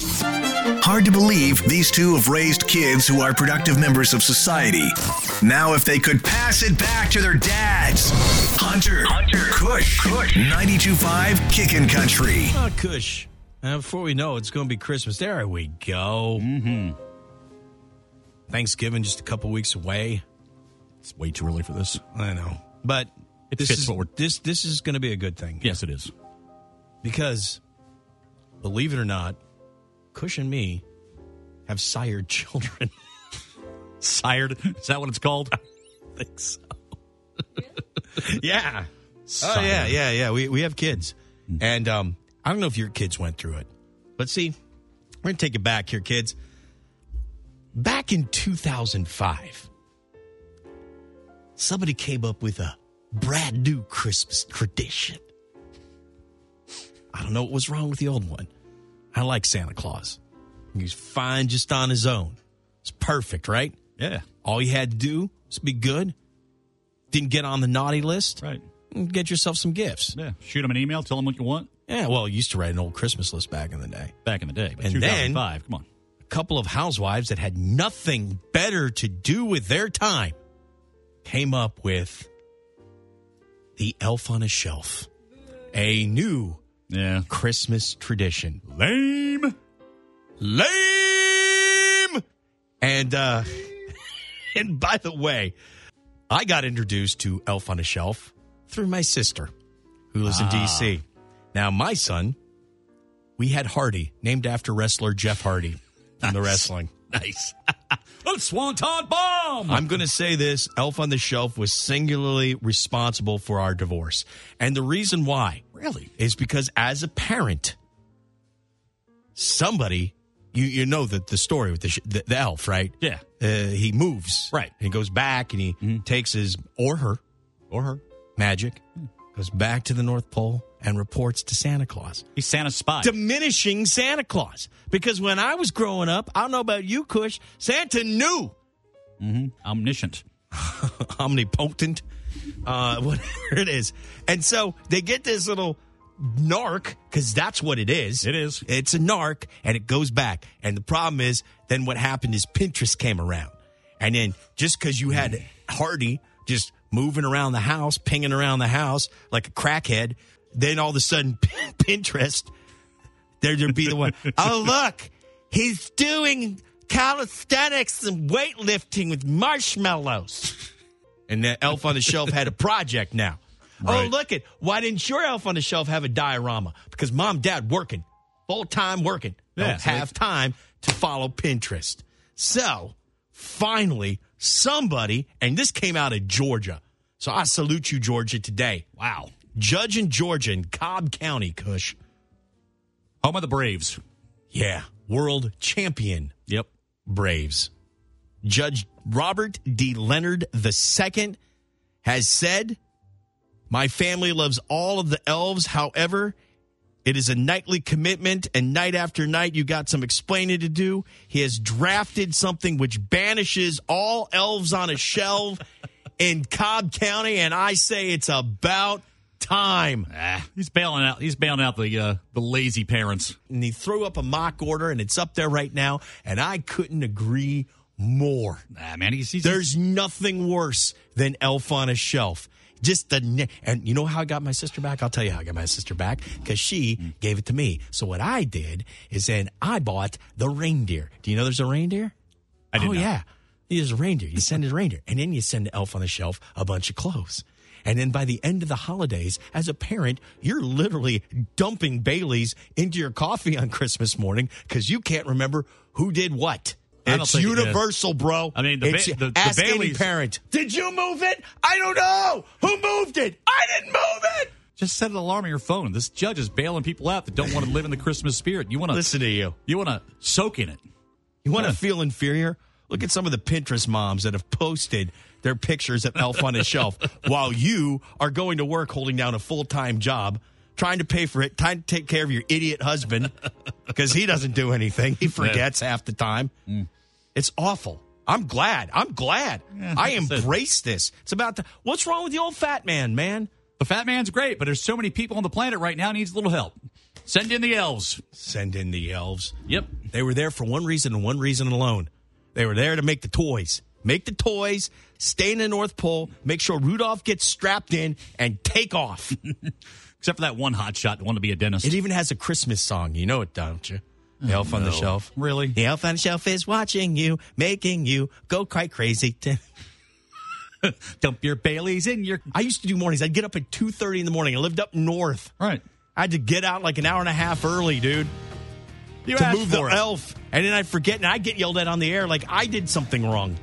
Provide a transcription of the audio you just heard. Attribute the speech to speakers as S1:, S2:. S1: Hard to believe these two have raised kids who are productive members of society. Now, if they could pass it back to their dads. Hunter, Hunter, Kush, Kush, 925 Kickin' Country.
S2: Oh, Kush. And before we know, it, it's going to be Christmas. There we go. Mm-hmm. Thanksgiving just a couple weeks away.
S3: It's way too early for this.
S2: I know, but
S3: It
S2: this
S3: fits
S2: is
S3: what we're-
S2: this this is going to be a good thing
S3: Yes, it is.
S2: because, believe it or not, Kush and me have sired children.
S3: Sired. Is that what it's called?
S2: I think so. yeah. Oh
S3: Sired.
S2: yeah, yeah, yeah. We we have kids, and um, I don't know if your kids went through it, but see, we're gonna take it back here, kids. Back in 2005, somebody came up with a brand new Christmas tradition. I don't know what was wrong with the old one. I like Santa Claus. He's fine just on his own. It's perfect, right?
S3: Yeah.
S2: All you had to do was be good. Didn't get on the naughty list.
S3: Right.
S2: Get yourself some gifts.
S3: Yeah. Shoot them an email. Tell them what you want.
S2: Yeah, well, I used to write an old Christmas list back in the day.
S3: Back in the day, but
S2: And then-
S3: 2005. come on.
S2: A couple of housewives that had nothing better to do with their time came up with the elf on a shelf, a new
S3: Yeah.
S2: Christmas tradition.
S3: Lame.
S2: lame. And uh and by the way, I got introduced to Elf on a Shelf through my sister, who lives in DC. Now my son, we had Hardy, named after wrestler Jeff Hardy from the wrestling.
S3: Nice. a swanton bomb.
S2: I'm going to say this Elf on the Shelf was singularly responsible for our divorce. And the reason why
S3: really?
S2: is because as a parent, somebody, you, you know that the story with the, sh- the, the elf, right?
S3: Yeah.
S2: Uh, he moves.
S3: Right.
S2: He goes back and he takes his or her
S3: Or her.
S2: magic, goes back to the North Pole and reports to Santa Claus.
S3: He's Santa's spy.
S2: Diminishing Santa Claus. Because when I was growing up, I don't know about you, Kush, Santa knew
S3: Omniscient.
S2: omnipotent, uh, whatever it is. And so they get this little narc because that's what it is.
S3: It is.
S2: It's a narc, and it goes back. And the problem is, then what happened is Pinterest came around, and then just because you had Hardy just moving around the house, pinging around the house like a crackhead, then all of a sudden Pinterest there to be the one. oh, look, he's doing calisthenics and weightlifting with marshmallows. And the elf on the shelf had a project now. Oh,
S3: Right.
S2: look it. Why didn't your elf on the shelf have a diorama? Because mom, dad working, full time working.
S3: Yeah,
S2: Don't
S3: so they-
S2: have time to follow Pinterest. So finally, somebody, and this came out of Georgia. So I salute you, Georgia, today.
S3: Wow.
S2: Judge in Georgia in Cobb County, Cush.
S3: Home of the Braves.
S2: Yeah, world champion
S3: Yep.
S2: Braves. Judge Robert D. Leonard II has said, My family loves all of the elves. However, it is a nightly commitment, and night after night, you got some explaining to do. He has drafted something which banishes all elves on a shelf in Cobb County, and I say it's about time.
S3: Ah, he's bailing out. He's bailing out the uh, the lazy parents.
S2: and he threw up a mock order and it's up there right now and i couldn't agree more
S3: Ah, man, he's, he's
S2: there's nothing worse than elf on a shelf just the ne- and you know how i got my sister back i'll tell you how i got my sister back because she gave it to me so what i did is then i bought the reindeer do you know there's a reindeer
S3: I did
S2: oh
S3: not.
S2: yeah there's a reindeer you send it a reindeer and then you send the elf on the shelf a bunch of clothes and then by the end of the holidays as a parent you're literally dumping baileys into your coffee on christmas morning because you can't remember who did what
S3: I don't
S2: it's
S3: think- yeah.
S2: universal bro
S3: I mean, the
S2: it's,
S3: Ba- the- the
S2: ask any
S3: Baileys-
S2: parent. Did you move it? I don't know. Who moved it? I didn't move it.
S3: just set an alarm on your phone. This judge is bailing people out that don't want to live in the Christmas spirit. You want to
S2: Listen to you.
S3: You want to soak in it.
S2: You want to feel inferior? Look at some of the Pinterest moms that have posted their pictures of Elf on a Shelf while you are going to work holding down a full time job, trying to pay for it, trying to take care of your idiot husband because he doesn't do anything. He forgets half the time. It's awful. I'm glad. I'm glad.
S3: Yeah,
S2: I
S3: that's it.
S2: embrace this. It's about the, what's wrong with the old fat man, man?
S3: The fat man's great, but there's so many people on the planet right now needs a little help. Send in the elves.
S2: Send in the elves.
S3: Yep.
S2: They were there for one reason and one reason alone. They were there to make the toys. Make the toys, stay in the North Pole, make sure Rudolph gets strapped in, and take off.
S3: Except for that one hotshot who wanted to be a dentist.
S2: It even has a Christmas song. You know it, don't you? The Elf on the
S3: Mm, no.
S2: Shelf.
S3: Really?
S2: The Elf on the Shelf is watching you, making you go quite crazy.
S3: Dump your Baileys in your.
S2: I used to do mornings. I'd get up at 2.30 in the morning. I lived up north.
S3: Right.
S2: I had to get out like an hour and a half early, dude,
S3: You
S2: to
S3: asked
S2: move the
S3: for it.
S2: elf. And then I'd forget, and I'd get yelled at on the air like I did something wrong.